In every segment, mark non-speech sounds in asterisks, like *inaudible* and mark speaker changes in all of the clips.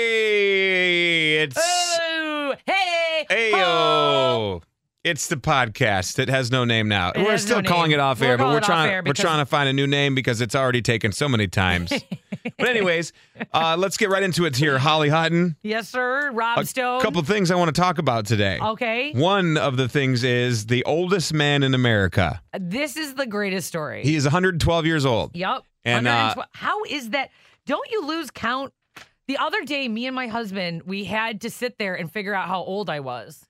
Speaker 1: Hey, it's
Speaker 2: Oh, hey, Oh. ho.
Speaker 1: Ayo. oh, It's the podcast that has no name now.
Speaker 2: It
Speaker 1: we're
Speaker 2: has
Speaker 1: still
Speaker 2: no
Speaker 1: calling
Speaker 2: name.
Speaker 1: it off
Speaker 2: We'll
Speaker 1: air, but
Speaker 2: call
Speaker 1: we're
Speaker 2: it off
Speaker 1: trying
Speaker 2: air
Speaker 1: we're
Speaker 2: because-
Speaker 1: trying to find a new name because it's already taken so many
Speaker 2: *laughs*
Speaker 1: times. but anyways, uh, let's get right into it here. Holly Hutton,
Speaker 2: Yes, sir. Rob
Speaker 1: a
Speaker 2: Stone.
Speaker 1: couple things I want to talk about today.
Speaker 2: okay.
Speaker 1: One of the things is the oldest man in America.
Speaker 2: This is the greatest story.
Speaker 1: He is 112 years old.
Speaker 2: Yep.
Speaker 1: And, uh,
Speaker 2: 112 how is that? Don't you lose count? The other day, me and my husband, we had to sit there and figure out how old I was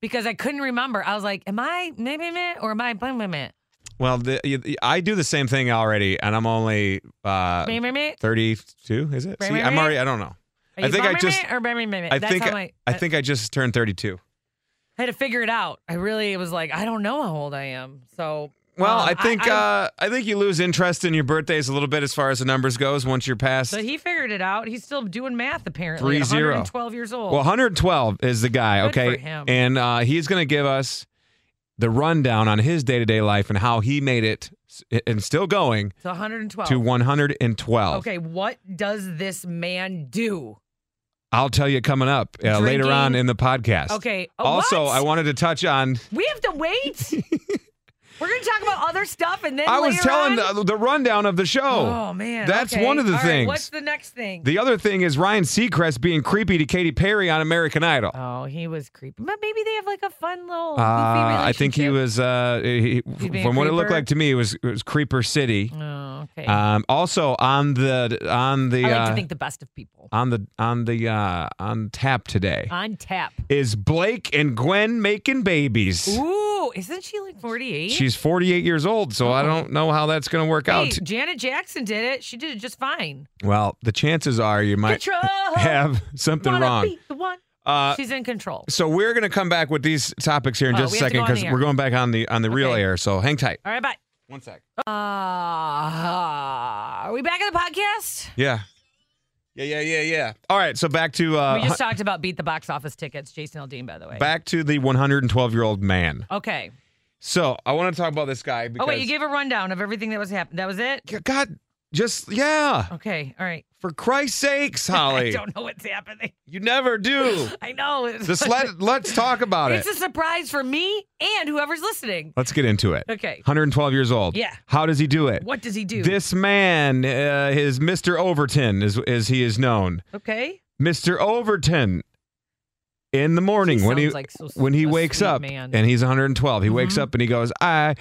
Speaker 2: because I couldn't remember. I was like, am I meh, meh, meh, or am I blah, meh, meh,
Speaker 1: Well, the, you- I do the same thing already, and I'm only uh,
Speaker 2: meh, meh, meh?
Speaker 1: 32. Is it?
Speaker 2: Right,
Speaker 1: See,
Speaker 2: right,
Speaker 1: I'm
Speaker 2: right.
Speaker 1: already. I don't know.
Speaker 2: Are
Speaker 1: I
Speaker 2: you
Speaker 1: think I
Speaker 2: blah, meh,
Speaker 1: just-
Speaker 2: meh, or meh, meh, meh, meh?
Speaker 1: I
Speaker 2: That's
Speaker 1: think
Speaker 2: how my,
Speaker 1: I think I just turned 32.
Speaker 2: I had to figure it out. I really was like, I don't know how old I am. So,
Speaker 1: Well,
Speaker 2: um,
Speaker 1: I think I, uh, I think you lose interest in your birthdays a little bit as far as the numbers goes once you're past.
Speaker 2: But he figured it out. He's still doing math apparently.
Speaker 1: Three
Speaker 2: at
Speaker 1: zero.
Speaker 2: 112 years old.
Speaker 1: well, 112 is the guy,
Speaker 2: Good
Speaker 1: okay,
Speaker 2: for him.
Speaker 1: and uh, he's going to give us the rundown on his day to day life and how he made it s- and still going
Speaker 2: it's 112.
Speaker 1: to 112.
Speaker 2: Oh. Okay, what does this man do?
Speaker 1: I'll tell you coming up uh, later
Speaker 2: Drinking.
Speaker 1: on in the podcast.
Speaker 2: Okay. uh,
Speaker 1: Also,
Speaker 2: what?
Speaker 1: I wanted to touch on.
Speaker 2: we have to
Speaker 1: *laughs*
Speaker 2: wait. We're gonna talk about other stuff and then
Speaker 1: I was
Speaker 2: later
Speaker 1: telling
Speaker 2: on-
Speaker 1: the, the rundown of the show.
Speaker 2: Oh man,
Speaker 1: that's
Speaker 2: okay.
Speaker 1: one of the
Speaker 2: All right,
Speaker 1: things.
Speaker 2: what's the next thing?
Speaker 1: The other thing is Ryan Seacrest being creepy to Katy Perry on American Idol.
Speaker 2: oh, he was creepy. But maybe they have like a fun little. goofy
Speaker 1: Uh, I think he
Speaker 2: relationship.
Speaker 1: was. Uh, he,
Speaker 2: being
Speaker 1: from what it
Speaker 2: creeper?
Speaker 1: looked like to me, it was, it was Creeper City.
Speaker 2: Oh, okay.
Speaker 1: Um, also on the on the
Speaker 2: I like
Speaker 1: uh,
Speaker 2: to think the best of people
Speaker 1: on the on the uh, on tap today
Speaker 2: on tap.
Speaker 1: is Blake and Gwen making babies.
Speaker 2: Ooh, isn't she like 48?
Speaker 1: She's 48 years old, so I don't know how that's going to work
Speaker 2: Hey,
Speaker 1: out.
Speaker 2: Janet Jackson did it. She did it just fine.
Speaker 1: Well, the chances are you might
Speaker 2: Control.
Speaker 1: *laughs* have something
Speaker 2: Wanna
Speaker 1: wrong.
Speaker 2: be the one.
Speaker 1: Uh,
Speaker 2: She's in control.
Speaker 1: so we're going to come back with these topics here in
Speaker 2: Oh,
Speaker 1: just a
Speaker 2: we have to
Speaker 1: second
Speaker 2: go on
Speaker 1: because
Speaker 2: the air.
Speaker 1: we're going back on the on the real
Speaker 2: Okay.
Speaker 1: air. So hang tight.
Speaker 2: All right, bye.
Speaker 1: One sec.
Speaker 2: Uh, are we back in the podcast?
Speaker 1: Yeah. Yeah, yeah, yeah, yeah. All right, so back to uh,
Speaker 2: we just talked about beat the box office tickets. Jason Aldean, by the way.
Speaker 1: back to the 112 year old man.
Speaker 2: okay.
Speaker 1: So I want to talk about this guy because
Speaker 2: Oh wait, you gave a rundown of everything that was happening. That was it.
Speaker 1: G- God, just yeah.
Speaker 2: Okay. All right. *laughs*
Speaker 1: For Christ's sakes,
Speaker 2: I
Speaker 1: Holly,
Speaker 2: don't know what's happening.
Speaker 1: you never
Speaker 2: *laughs*
Speaker 1: do.
Speaker 2: I know. It's,
Speaker 1: Just let let's talk about it.
Speaker 2: it's a surprise for me and whoever's listening.
Speaker 1: Let's get into it.
Speaker 2: Okay.
Speaker 1: 112 years old.
Speaker 2: Yeah.
Speaker 1: How does he do it?
Speaker 2: What does he do?
Speaker 1: This man uh, is Mr. Overton, as as he is known.
Speaker 2: okay.
Speaker 1: Mr. Overton in the morning when he
Speaker 2: sounds like so s-
Speaker 1: when he
Speaker 2: a
Speaker 1: wakes
Speaker 2: sweet
Speaker 1: up
Speaker 2: man. Mm-hmm.
Speaker 1: and he's 112. He wakes up and he goes, "I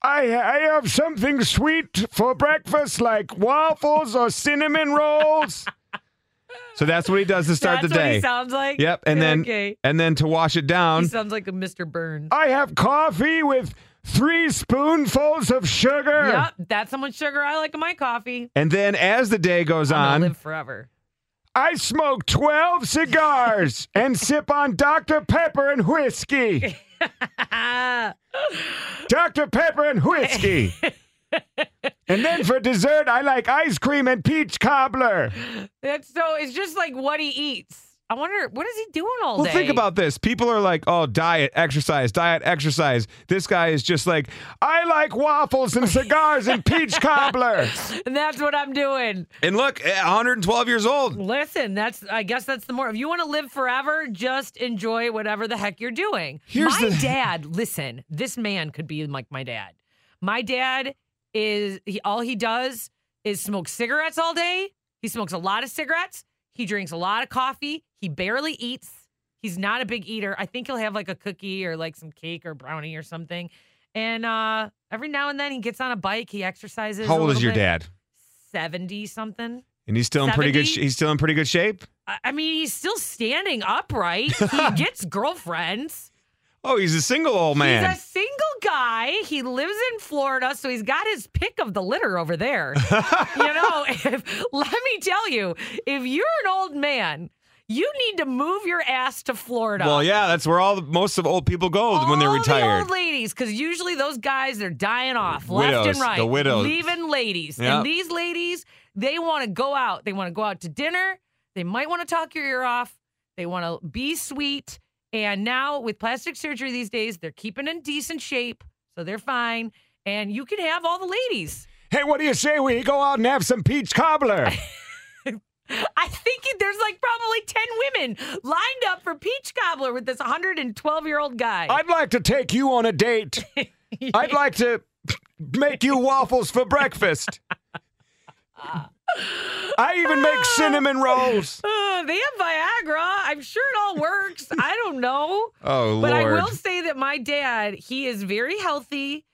Speaker 1: I I have something sweet for breakfast like waffles or cinnamon
Speaker 2: *laughs*
Speaker 1: rolls." so that's what he does to start
Speaker 2: That's
Speaker 1: the day.
Speaker 2: what he sounds like.
Speaker 1: yep, and then
Speaker 2: okay.
Speaker 1: and then to wash it
Speaker 2: He
Speaker 1: down,
Speaker 2: sounds like a Mr. Burns.
Speaker 1: I have coffee with 3 spoonfuls of sugar.
Speaker 2: Yep, that's how much sugar I like in my coffee.
Speaker 1: And then as the day goes
Speaker 2: I'm gonna
Speaker 1: on,
Speaker 2: live forever. *laughs*
Speaker 1: I smoke 12 cigars and sip on Dr. Pepper and whiskey.
Speaker 2: Ah,
Speaker 1: Dr. Pepper and
Speaker 2: *laughs*
Speaker 1: whiskey. and then for dessert, I like ice cream and peach cobbler.
Speaker 2: that's so. It's just like what he eats. I wonder what is he doing all
Speaker 1: Well,
Speaker 2: day.
Speaker 1: think about this. People are like, oh, diet, exercise, diet, exercise. This guy is just like, I like waffles and cigars and
Speaker 2: *laughs*
Speaker 1: peach cobbler.
Speaker 2: And *laughs* that's what I'm doing.
Speaker 1: And look, 112 years old.
Speaker 2: Listen, that's. I guess that's the more. If you want to live forever, just enjoy whatever the heck you're doing.
Speaker 1: Here's
Speaker 2: my
Speaker 1: the- *laughs*
Speaker 2: dad. Listen, this man could be like my dad. My dad is he. All he does is smoke cigarettes all day. He smokes a lot of cigarettes. He drinks a lot of coffee. He barely eats. He's not a big eater. I think he'll have like a cookie or like some cake or brownie or something. And uh every now and then he gets on a bike. He exercises.
Speaker 1: How
Speaker 2: a
Speaker 1: old is
Speaker 2: little
Speaker 1: your
Speaker 2: bit.
Speaker 1: dad?
Speaker 2: Seventy something.
Speaker 1: And he's still in pretty good.
Speaker 2: 70?
Speaker 1: Sh- he's still in pretty good shape.
Speaker 2: I I mean, he's still standing upright.
Speaker 1: *laughs*
Speaker 2: He gets girlfriends.
Speaker 1: Oh, he's a single old man.
Speaker 2: He's a single guy. He lives in Florida, so he's got his pick of the litter over
Speaker 1: *laughs*
Speaker 2: there. you know, *laughs* if, let me tell you, if you're an old man, you need to move your ass to Florida.
Speaker 1: Well, yeah, that's where all the, most of old people go when they're
Speaker 2: All The
Speaker 1: retired.
Speaker 2: old ladies, because usually those guys they're dying off left
Speaker 1: Widows,
Speaker 2: and right.
Speaker 1: the widows.
Speaker 2: leaving ladies,
Speaker 1: Yep.
Speaker 2: and these ladies they want to go out. They want to go out to dinner. They might want to talk your ear off. They want to be sweet. And now with plastic surgery these days, they're keeping in decent shape, so they're fine. And you can have all the ladies. *laughs*
Speaker 1: hey, what do you say we go out and have some peach cobbler?
Speaker 2: I think there's like women lined up for peach cobbler with this 112 year old guy.
Speaker 1: *laughs* I'd like to take you on a
Speaker 2: *laughs*
Speaker 1: date. I'd like to make you waffles for breakfast. I even make cinnamon rolls.
Speaker 2: Uh, they have Viagra. I'm sure it all works. I don't know.
Speaker 1: Oh,
Speaker 2: But I
Speaker 1: Lord.
Speaker 2: will say that my dad, he is very healthy.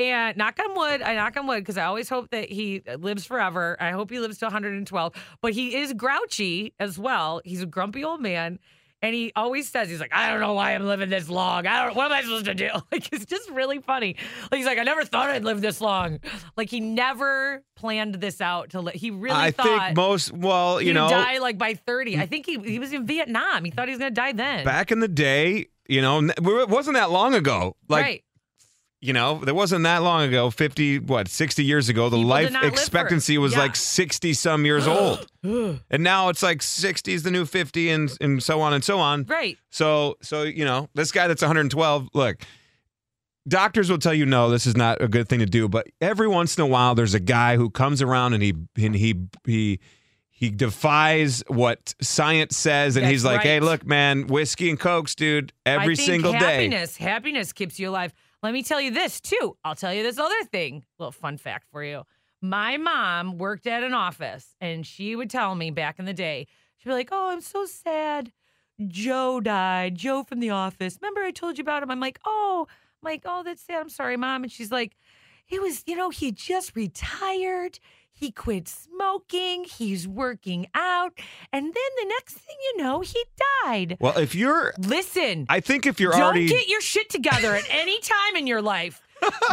Speaker 2: And knock on wood, I knock on wood because I always hope that he lives forever. I hope he lives to 112. But he is grouchy as well. He's a grumpy old man. And he always says, he's like, I don't know why I'm living this long. I don't, what am I supposed to do? *laughs* Like, it's just really funny. Like, he's like, I never thought I'd live this long. Like, he never planned this out to live. He really
Speaker 1: I
Speaker 2: thought
Speaker 1: think most, well, you
Speaker 2: he'd
Speaker 1: know,
Speaker 2: die like by 30. I think he, he was in Vietnam. He thought he was going to die then.
Speaker 1: back in the day, you know, n- it wasn't that long ago. Like,
Speaker 2: right.
Speaker 1: you know, there wasn't that long ago, 50, what, 60 years ago, the
Speaker 2: People did
Speaker 1: life
Speaker 2: not live for-
Speaker 1: expectancy was
Speaker 2: Yeah.
Speaker 1: like 60 some years
Speaker 2: *gasps*
Speaker 1: old. And now it's like 60 is the new 50 and, and so on and so on.
Speaker 2: Right.
Speaker 1: So, so, you know, this guy that's 112, look, doctors will tell you, no, this is not a good thing to do. But every once in a while, there's a guy who comes around and he, and he, he, he defies what science says, and
Speaker 2: That's
Speaker 1: he's like,
Speaker 2: right.
Speaker 1: "Hey, look, man, whiskey and cokes, dude, every
Speaker 2: I think
Speaker 1: single day."
Speaker 2: happiness, Happiness keeps you alive. Let me tell you this too. I'll tell you this other thing. Little fun fact for you. My mom worked at an office and she would tell me back in the day, she'd be like, Oh, I'm so sad. Joe died. Joe from the office. Remember I told you about him? I'm like, Oh, I'm like, oh, that's sad. I'm sorry, mom. And she's like, It was, you know, he just retired. He quit smoking. He's working out. And then the next thing you know, he died.
Speaker 1: Well, if you're,
Speaker 2: Listen.
Speaker 1: I think if you're
Speaker 2: Don't
Speaker 1: already,
Speaker 2: get your shit together at any time in your life.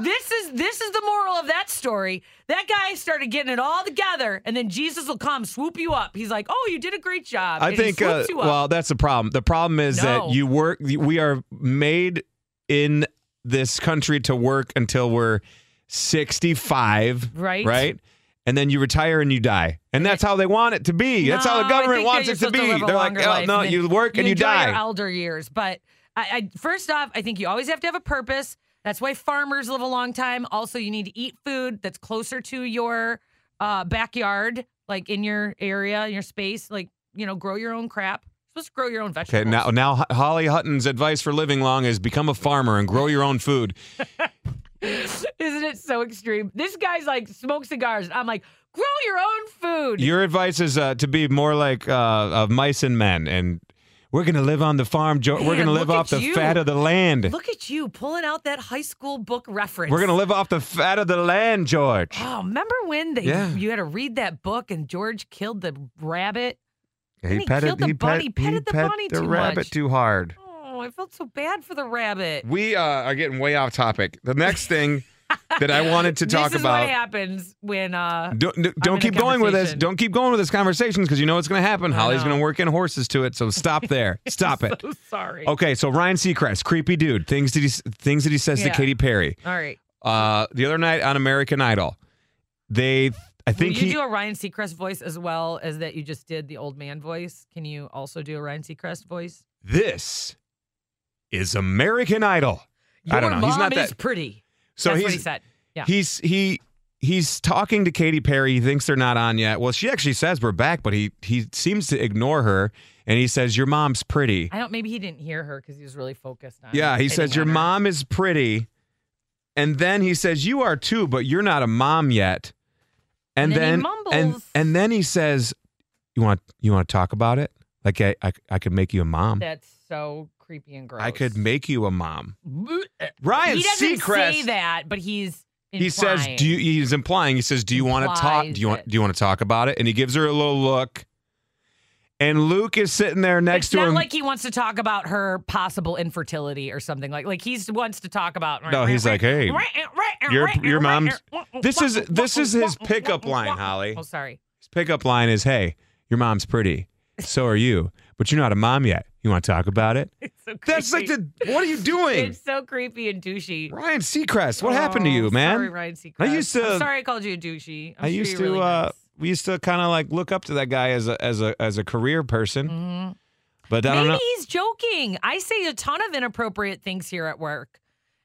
Speaker 2: this is this is the moral of that story. That guy started getting it all together, and then Jesus will come swoop you up. He's like, "Oh, you did a great job."
Speaker 1: I
Speaker 2: and he
Speaker 1: think uh,
Speaker 2: swoops you up.
Speaker 1: well, that's the problem. The problem is that
Speaker 2: No.
Speaker 1: you work. We are made in this country to work until we're sixty-five,
Speaker 2: Right.
Speaker 1: Right, and then you retire and you die, and that's how they want it to be. that's how the
Speaker 2: No, I
Speaker 1: government
Speaker 2: think that
Speaker 1: wants
Speaker 2: you're
Speaker 1: it to
Speaker 2: supposed
Speaker 1: be.
Speaker 2: live a
Speaker 1: They're like,
Speaker 2: longer
Speaker 1: oh
Speaker 2: life
Speaker 1: no,
Speaker 2: and
Speaker 1: you work and you
Speaker 2: enjoy Your
Speaker 1: die.
Speaker 2: elder years, but I, I first off, I think you always have to have a purpose. That's why farmers live a long time. Also, you need to eat food that's closer to your uh, backyard, like in your area, in your space. Like you know, grow your own crap. You're supposed to grow your own vegetables.
Speaker 1: Okay, now now Ho- Holly Hutton's advice for living long is become a farmer and grow your own food.
Speaker 2: *laughs* Isn't it so extreme? This guy's like smoke cigars. I'm like, grow your own food.
Speaker 1: Your advice is uh, to be more like uh, of mice and men, and we're gonna live on the farm. Joe. we're
Speaker 2: Man,
Speaker 1: gonna live
Speaker 2: look
Speaker 1: off
Speaker 2: at
Speaker 1: the
Speaker 2: you.
Speaker 1: fat of the land.
Speaker 2: Look at you pulling out that high school book reference.
Speaker 1: We're gonna live off the fat of the land, George.
Speaker 2: Oh, remember when they
Speaker 1: Yeah.
Speaker 2: you had to read that book and George killed the rabbit?
Speaker 1: He
Speaker 2: he killed the bunny, petted the bunny too much.
Speaker 1: too hard.
Speaker 2: Oh, I felt so bad for the rabbit.
Speaker 1: We uh, are getting way off topic. The next thing that I wanted to talk
Speaker 2: *laughs* this is what
Speaker 1: about.
Speaker 2: happens when uh
Speaker 1: Don't, don't- don't
Speaker 2: in a
Speaker 1: keep going with this.
Speaker 2: conversation.
Speaker 1: Don't keep going with this conversation because you know what's going to happen. Holly's
Speaker 2: know.
Speaker 1: going to work in horses to it. So stop
Speaker 2: *laughs*
Speaker 1: there. *laughs* Stop it. Oh,
Speaker 2: so sorry.
Speaker 1: Okay, so Ryan Seacrest, creepy dude. Things that he things that he says
Speaker 2: Yeah.
Speaker 1: to Katy Perry.
Speaker 2: All right.
Speaker 1: Uh, the other night on American Idol, they I
Speaker 2: Will
Speaker 1: think
Speaker 2: you
Speaker 1: he
Speaker 2: do a Ryan Seacrest voice as well as that you just did the old man voice? Can you also do a Ryan Seacrest voice?
Speaker 1: this is American Idol.
Speaker 2: Your
Speaker 1: I don't know.
Speaker 2: mom
Speaker 1: He's not
Speaker 2: is
Speaker 1: that-
Speaker 2: pretty.
Speaker 1: So
Speaker 2: That's
Speaker 1: he's
Speaker 2: what he said. Yeah.
Speaker 1: he's he he's talking to Katy Perry. He thinks they're not on yet. Well, she actually says we're back, but he he seems to ignore her, and he says your mom's pretty.
Speaker 2: I don't. Maybe he didn't hear her because he was really focused on.
Speaker 1: Yeah, he
Speaker 2: hitting
Speaker 1: says your
Speaker 2: on her.
Speaker 1: mom is pretty, and then he says you are too, but you're not a mom yet. And,
Speaker 2: And then he
Speaker 1: and
Speaker 2: mumbles.
Speaker 1: and then he says, you want you want to talk about it? Like I I, I could make you a mom.
Speaker 2: That's so creepy and gross.
Speaker 1: I could make you a mom.
Speaker 2: Bleh.
Speaker 1: Ryan
Speaker 2: he doesn't
Speaker 1: Seacrest.
Speaker 2: say that, but he's.
Speaker 1: He says,
Speaker 2: implying.
Speaker 1: "Do you?" He's implying. He says, "Do you want to talk?
Speaker 2: Implies
Speaker 1: Do you want?
Speaker 2: it.
Speaker 1: Do you want to talk about it?" And he gives her a little look. And Luke is sitting there next
Speaker 2: it's
Speaker 1: to
Speaker 2: not
Speaker 1: him.
Speaker 2: like he wants to talk about her possible infertility or something like like he wants to talk about.
Speaker 1: No, he's like, "Hey, your- your mom's-
Speaker 2: *laughs*
Speaker 1: this is- this is his pickup line, Holly.
Speaker 2: Oh, sorry. *laughs*
Speaker 1: his pickup line is, "Hey, your mom's pretty. So are you, but you're not a mom yet. You want to talk about
Speaker 2: *laughs*
Speaker 1: it?"
Speaker 2: It's so
Speaker 1: That's like
Speaker 2: creepy.
Speaker 1: the. What are you doing,
Speaker 2: It's so creepy and douchey.
Speaker 1: Ryan Seacrest? What happened to
Speaker 2: Oh,
Speaker 1: you, man?
Speaker 2: Sorry, Ryan Seacrest.
Speaker 1: I used to-
Speaker 2: I'm sorry, I called you a douchey. I'm
Speaker 1: I
Speaker 2: sure
Speaker 1: used
Speaker 2: you're
Speaker 1: to.
Speaker 2: Really
Speaker 1: uh, we used to kind of like look up to that guy as a as a as a career person,
Speaker 2: hmm
Speaker 1: but I don't
Speaker 2: Maybe
Speaker 1: know.
Speaker 2: he's joking. I say a ton of inappropriate things here at work.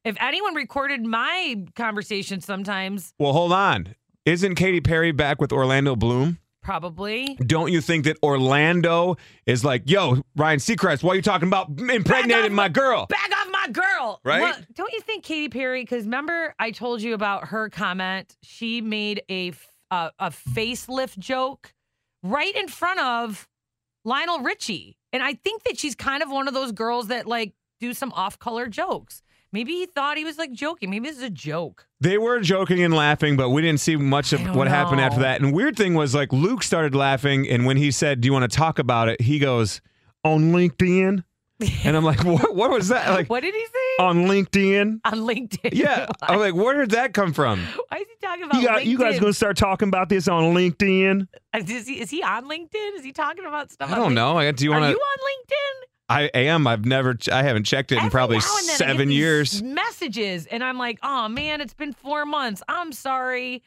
Speaker 2: If anyone recorded my conversation sometimes,
Speaker 1: Well, hold on. Isn't Katy Perry back with Orlando Bloom?
Speaker 2: Probably.
Speaker 1: Don't you think that Orlando is like, yo, Ryan Seacrest, why are you talking about impregnating my girl?
Speaker 2: Back off my girl.
Speaker 1: Right?
Speaker 2: don't you think Katy Perry? Because remember, I told you about her comment. She made a f- uh, a facelift joke right in front of Lionel Richie, and I think that she's kind of one of those girls that like do some off color jokes. Maybe he thought he was like joking. Maybe this is a joke.
Speaker 1: They were joking and laughing, but we didn't see much
Speaker 2: I
Speaker 1: of
Speaker 2: don't
Speaker 1: what happened
Speaker 2: know.
Speaker 1: after that. And weird thing was like Luke started laughing, and when he said, Do you want to talk about it? He goes, On LinkedIn? And I'm like, What what was that?
Speaker 2: *laughs*
Speaker 1: Like
Speaker 2: What did he say
Speaker 1: on LinkedIn?
Speaker 2: on LinkedIn? *laughs*
Speaker 1: Yeah. I'm like, where did that come from?
Speaker 2: Why is he talking about?
Speaker 1: you got you guys
Speaker 2: LinkedIn?
Speaker 1: gonna start talking about this on LinkedIn?
Speaker 2: Is he, is he on LinkedIn? Is he talking about stuff?
Speaker 1: I
Speaker 2: on
Speaker 1: don't know. I do you
Speaker 2: LinkedIn? Are
Speaker 1: wanna
Speaker 2: you on LinkedN?
Speaker 1: I am. I've never ch- I haven't checked it in
Speaker 2: Every
Speaker 1: probably
Speaker 2: now and then I get
Speaker 1: seven
Speaker 2: these
Speaker 1: years.
Speaker 2: Messages, and I'm like, oh man, it's been four months. I'm sorry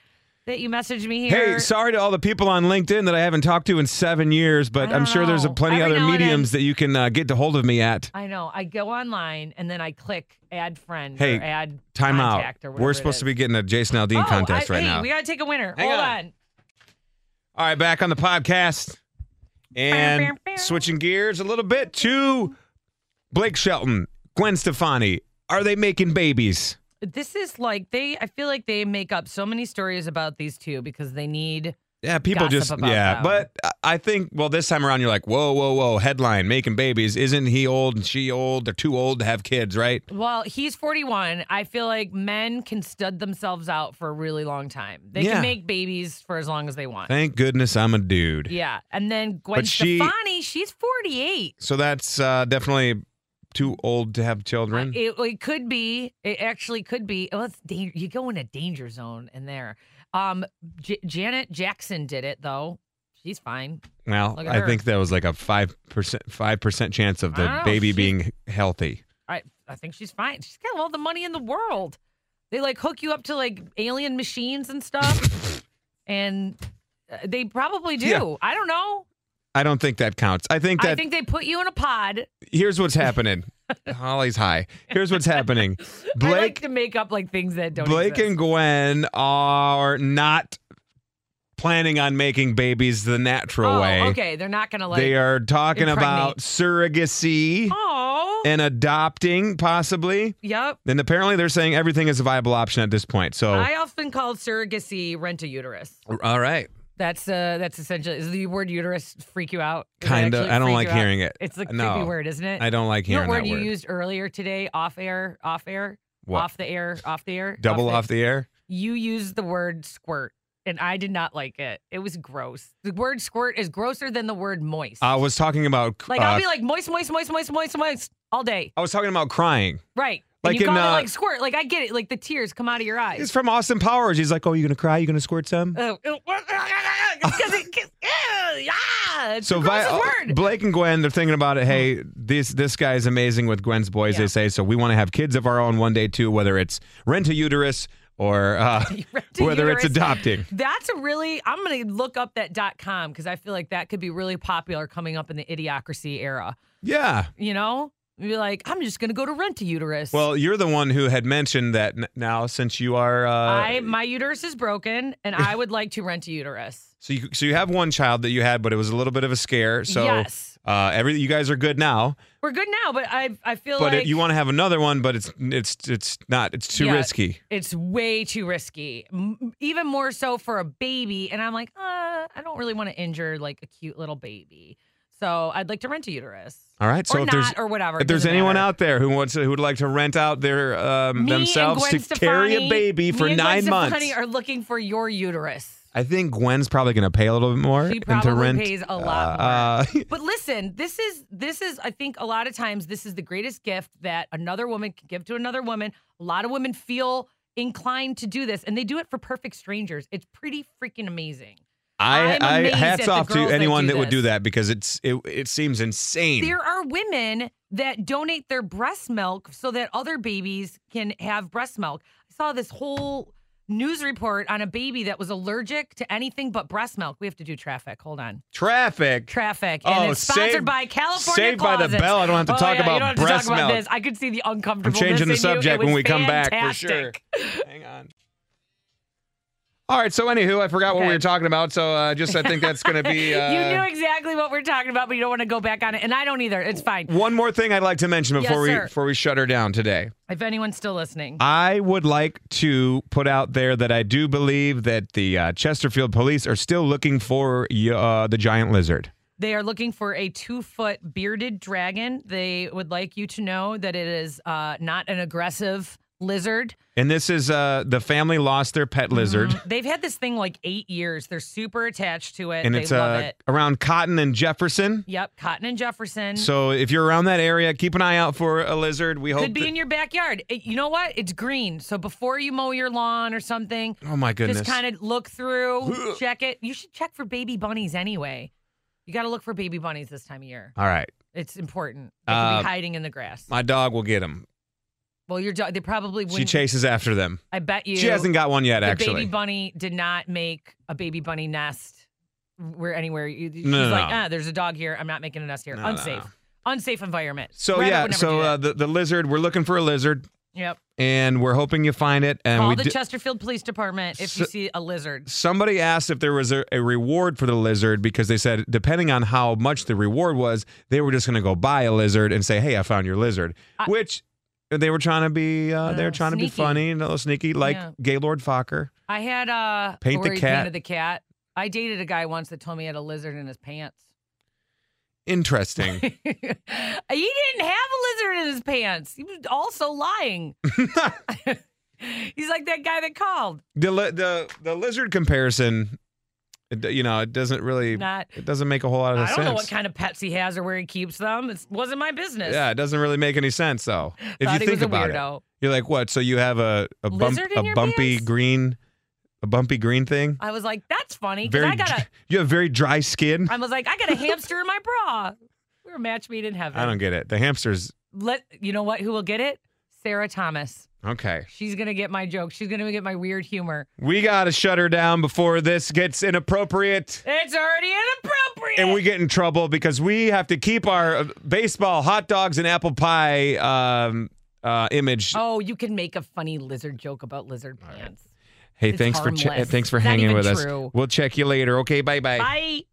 Speaker 2: that you messaged me here.
Speaker 1: Hey, sorry to all the people on LinkedIn that I haven't talked to in seven years, but
Speaker 2: I
Speaker 1: I'm
Speaker 2: don't
Speaker 1: sure there's a
Speaker 2: know.
Speaker 1: plenty
Speaker 2: Every
Speaker 1: other
Speaker 2: now and then-
Speaker 1: mediums that you can uh, get to hold of me at.
Speaker 2: I know. I go online and then I click add friend
Speaker 1: Hey,
Speaker 2: or add
Speaker 1: Time out.
Speaker 2: contact or whatever
Speaker 1: We're
Speaker 2: it
Speaker 1: supposed to
Speaker 2: is.
Speaker 1: be getting a Jason Aldean
Speaker 2: Oh,
Speaker 1: contest
Speaker 2: I-
Speaker 1: right
Speaker 2: hey,
Speaker 1: now.
Speaker 2: We gotta take a winner.
Speaker 1: Hang
Speaker 2: Hold
Speaker 1: on.
Speaker 2: on.
Speaker 1: all right, back on the podcast and switching gears a little bit to Blake Shelton, Gwen Stefani. Are they making babies?
Speaker 2: This is like they. I feel like they make up so many stories about these two because they need.
Speaker 1: Yeah, people
Speaker 2: Gossip
Speaker 1: just
Speaker 2: about
Speaker 1: yeah,
Speaker 2: them.
Speaker 1: but I- I think well this time around you're like whoa whoa whoa headline making babies isn't he old and she old they're too old to have kids right
Speaker 2: Well, he's 41. I feel like men can stud themselves out for a really long time. They
Speaker 1: Yeah.
Speaker 2: can make babies for as long as they want.
Speaker 1: thank goodness I'm a dude
Speaker 2: Yeah. And then Gwen
Speaker 1: But she-
Speaker 2: Stefani, she's 48.
Speaker 1: so that's uh, definitely too old to have children
Speaker 2: It, it could be. It actually could be. Oh, it's dan- you go in a danger zone in there. Um, J- Janet Jackson did it though. She's fine.
Speaker 1: well
Speaker 2: Look at
Speaker 1: I
Speaker 2: her.
Speaker 1: think that was like a five percent five percent chance of
Speaker 2: I
Speaker 1: the
Speaker 2: don't know,
Speaker 1: baby
Speaker 2: she-
Speaker 1: being healthy
Speaker 2: I I think she's fine. She's got all the money in the world. They like hook you up to like alien machines and stuff, and uh, they probably do.
Speaker 1: Yeah.
Speaker 2: I don't know.
Speaker 1: I don't think that counts I think that
Speaker 2: I think they put you in a pod.
Speaker 1: here's
Speaker 2: *laughs*
Speaker 1: what's happening Holly's high here's what's happening
Speaker 2: I
Speaker 1: Blake
Speaker 2: like to make up like things that don't.
Speaker 1: Blake
Speaker 2: exist.
Speaker 1: and Gwen are not planning on making babies the natural
Speaker 2: oh,
Speaker 1: way.
Speaker 2: okay, they're not gonna like.
Speaker 1: they are talking
Speaker 2: impregnate.
Speaker 1: about surrogacy
Speaker 2: Oh,
Speaker 1: and adopting, possibly.
Speaker 2: yep.
Speaker 1: And apparently, they're saying everything is a viable option at this point. So,
Speaker 2: I often call surrogacy rent a uterus.
Speaker 1: all right,
Speaker 2: That's uh, that's essentially is the word uterus freak you out? Does it
Speaker 1: kind of.
Speaker 2: actually
Speaker 1: I don't
Speaker 2: freak
Speaker 1: like
Speaker 2: you out?
Speaker 1: hearing it.
Speaker 2: It's a creepy
Speaker 1: No.
Speaker 2: word, isn't it?
Speaker 1: I don't like
Speaker 2: you know
Speaker 1: hearing
Speaker 2: what word
Speaker 1: that
Speaker 2: you
Speaker 1: word.
Speaker 2: used earlier today, off air, off air,
Speaker 1: What?
Speaker 2: off the air, off the air,
Speaker 1: Double off the air.
Speaker 2: You used the word squirt, and I did not like it. It was gross. The word squirt is grosser than the word moist.
Speaker 1: I was talking about.
Speaker 2: like
Speaker 1: uh,
Speaker 2: I'll be like moist, moist, moist, moist, moist, moist all day,
Speaker 1: I was talking about crying.
Speaker 2: right?
Speaker 1: Like
Speaker 2: and you
Speaker 1: in,
Speaker 2: call
Speaker 1: uh,
Speaker 2: it like squirt. Like I get it. Like the tears come out of your eyes.
Speaker 1: It's from Austin Powers. He's like, "Oh, you gonna cry? You gonna squirt some?"
Speaker 2: Oh, ew, it's *laughs* 'cause it- 'cause- ew, yeah, it's the
Speaker 1: Vi- uh,
Speaker 2: grossest word. *laughs*
Speaker 1: Blake and Gwen, they're thinking about it. Hey, this this guy is amazing with Gwen's boys. They
Speaker 2: Mm-hmm. Yeah.
Speaker 1: say so. We want to have kids of our own one day too. Whether it's rent a uterus or uh,
Speaker 2: Erect
Speaker 1: *laughs*
Speaker 2: a
Speaker 1: whether it's
Speaker 2: uterus.
Speaker 1: adopting.
Speaker 2: That's a really. I'm gonna look up that dot com because I feel like that could be really popular coming up in the idiocracy era.
Speaker 1: Yeah.
Speaker 2: You know, you're like, I'm just gonna go to rent a uterus.
Speaker 1: Well, you're the one who had mentioned that n- now since you are. Uh,
Speaker 2: I my uterus is broken,
Speaker 1: *laughs*
Speaker 2: and I would like to rent a uterus.
Speaker 1: so you so you have one child that you had, but it was a little bit of a scare. So
Speaker 2: Yes.
Speaker 1: uh, every you guys are good now,
Speaker 2: We're good now, but I I feel
Speaker 1: but
Speaker 2: like
Speaker 1: it, you want to have another one, but it's it's it's not. It's too
Speaker 2: Yeah.
Speaker 1: risky.
Speaker 2: it's way too risky, M- even more so for a baby. And I'm like, uh, I don't really want to injure like a cute little baby. So I'd like to rent a uterus.
Speaker 1: All right. So
Speaker 2: or
Speaker 1: if
Speaker 2: not,
Speaker 1: there's
Speaker 2: or whatever.
Speaker 1: If
Speaker 2: it
Speaker 1: there's
Speaker 2: doesn't
Speaker 1: anyone
Speaker 2: matter.
Speaker 1: out there who wants who would like to rent out their um,
Speaker 2: Me and
Speaker 1: themselves to
Speaker 2: Gwen
Speaker 1: carry a
Speaker 2: Stefani-
Speaker 1: baby
Speaker 2: me
Speaker 1: for
Speaker 2: and
Speaker 1: nine
Speaker 2: Gwen
Speaker 1: months,
Speaker 2: Stefani are looking for your uterus.
Speaker 1: I think Gwen's probably going to pay a little bit more
Speaker 2: She
Speaker 1: and
Speaker 2: probably
Speaker 1: to rent.
Speaker 2: pays a lot more.
Speaker 1: uh, uh, *laughs*
Speaker 2: But listen, this is this is I think a lot of times this is the greatest gift that another woman can give to another woman. A lot of women feel inclined to do this and they do it for perfect strangers. It's pretty freaking amazing.
Speaker 1: I,
Speaker 2: I'm
Speaker 1: I
Speaker 2: amazed
Speaker 1: hats
Speaker 2: at the
Speaker 1: off to
Speaker 2: girls that
Speaker 1: anyone
Speaker 2: do
Speaker 1: that would do
Speaker 2: this.
Speaker 1: that because it's it it seems insane.
Speaker 2: There are women that donate their breast milk so that other babies can have breast milk. I saw this whole news report on a baby that was allergic to anything but breast milk. We have to do traffic. Hold on.
Speaker 1: Traffic.
Speaker 2: Traffic. And
Speaker 1: Oh,
Speaker 2: it's sponsored
Speaker 1: saved-
Speaker 2: by California
Speaker 1: Saved by the
Speaker 2: Closets.
Speaker 1: Bell. I don't have to
Speaker 2: Oh,
Speaker 1: talk
Speaker 2: yeah,
Speaker 1: about
Speaker 2: you don't have to
Speaker 1: breast
Speaker 2: talk about
Speaker 1: milk.
Speaker 2: This. I could see the uncomfortable.
Speaker 1: I'm changing the subject when we come back for sure. Hang on. All right. So, anywho, I forgot what we
Speaker 2: Okay.
Speaker 1: were talking about. So, uh, just I think that's going to be. Uh,
Speaker 2: *laughs* you knew exactly what we're talking about, but you don't want to go back on it, and I don't either. It's fine.
Speaker 1: One more thing I'd like to mention
Speaker 2: Yes,
Speaker 1: before we
Speaker 2: sir.
Speaker 1: before we shut her down today.
Speaker 2: If anyone's still listening,
Speaker 1: I would like to put out there that I do believe that the uh, Chesterfield police are still looking for uh, the giant lizard.
Speaker 2: They are looking for a two foot bearded dragon. They would like you to know that it is uh, not an aggressive lizard.
Speaker 1: And this is uh, the family lost their pet lizard.
Speaker 2: They've had this thing like eight years. They're super attached to it.
Speaker 1: And
Speaker 2: they
Speaker 1: it's
Speaker 2: love
Speaker 1: uh,
Speaker 2: it. Mm-hmm.
Speaker 1: around Cotton and Jefferson.
Speaker 2: Yep. Cotton and Jefferson.
Speaker 1: So if you're around that area, keep an eye out for a lizard. We hope.
Speaker 2: Could be
Speaker 1: that-
Speaker 2: in your backyard. It- you know what? It's green. So before you mow your lawn or something,
Speaker 1: oh my goodness!
Speaker 2: just kind of look through, check it. You should check for baby bunnies anyway. You got to look for baby bunnies this time of year.
Speaker 1: All right,
Speaker 2: It's important. They could
Speaker 1: Uh,
Speaker 2: be hiding in the grass.
Speaker 1: my dog will get him.
Speaker 2: well, your dog, they probably wouldn't.
Speaker 1: She chases after them.
Speaker 2: I bet you.
Speaker 1: She hasn't got one yet,
Speaker 2: the
Speaker 1: actually.
Speaker 2: baby bunny did not make a baby bunny nest where anywhere you, she's
Speaker 1: no,
Speaker 2: like
Speaker 1: no.
Speaker 2: ah there's a dog here i'm not making a nest here
Speaker 1: No, no,
Speaker 2: unsafe
Speaker 1: no.
Speaker 2: unsafe environment
Speaker 1: so
Speaker 2: Rabbit
Speaker 1: yeah,
Speaker 2: would never
Speaker 1: so
Speaker 2: do
Speaker 1: uh,
Speaker 2: that.
Speaker 1: the the lizard. We're looking for a lizard,
Speaker 2: yep
Speaker 1: and we're hoping you find it. And
Speaker 2: call
Speaker 1: we
Speaker 2: the
Speaker 1: di-
Speaker 2: chesterfield police department if you
Speaker 1: So-
Speaker 2: see a lizard
Speaker 1: somebody asked if there was a, a reward for the lizard because they said depending on how much the reward was, they were just going to go buy a lizard and say, "Hey, I found your lizard,"
Speaker 2: I-
Speaker 1: which they were trying to be. Uh, they were
Speaker 2: Uh,
Speaker 1: trying to be
Speaker 2: sneaky.
Speaker 1: funny and a little sneaky, like
Speaker 2: Yeah.
Speaker 1: Gaylord Fokker.
Speaker 2: i had uh
Speaker 1: Paint the
Speaker 2: where he
Speaker 1: cat.
Speaker 2: painted the cat i dated a guy once that told me he had a lizard in his pants *laughs*
Speaker 1: Interesting.
Speaker 2: he didn't have a lizard in his pants he was
Speaker 1: *laughs*
Speaker 2: also lying *laughs* he's like that guy that called
Speaker 1: the li- the the lizard comparison, it d- you know, it doesn't really
Speaker 2: not
Speaker 1: it doesn't make a whole lot of
Speaker 2: I don't
Speaker 1: sense.
Speaker 2: know what kind of pets he has or where he keeps them. It wasn't my business.
Speaker 1: yeah, it doesn't really make any sense
Speaker 2: *laughs*
Speaker 1: though. If you
Speaker 2: Thought he
Speaker 1: think
Speaker 2: was a
Speaker 1: about it,
Speaker 2: weirdo.
Speaker 1: you're like, what? So you have a a bump
Speaker 2: Lizard in
Speaker 1: a
Speaker 2: your
Speaker 1: bumpy
Speaker 2: pants?
Speaker 1: green, a bumpy green thing.
Speaker 2: I was like, that's funny because
Speaker 1: Very,
Speaker 2: I got
Speaker 1: dr-
Speaker 2: a.
Speaker 1: you have very dry skin.
Speaker 2: I was like, I
Speaker 1: *laughs*
Speaker 2: got a hamster in my bra. We were match made in heaven.
Speaker 1: I don't get it. The hamsters.
Speaker 2: Let you know what? Who will get it? Sarah Thomas.
Speaker 1: Okay,
Speaker 2: She's gonna get my joke. She's gonna get my weird humor.
Speaker 1: we gotta shut her down before this gets inappropriate.
Speaker 2: It's already inappropriate.
Speaker 1: And we get in trouble because we have to keep our uh, baseball, hot dogs, and apple pie um, uh, image
Speaker 2: oh, you can make a funny lizard joke about lizard pants.
Speaker 1: Hey,
Speaker 2: It's
Speaker 1: thanks for
Speaker 2: harmless.
Speaker 1: thanks for
Speaker 2: Not
Speaker 1: hanging
Speaker 2: even
Speaker 1: with
Speaker 2: true.
Speaker 1: us. We'll check you later. Okay, bye bye.
Speaker 2: Bye.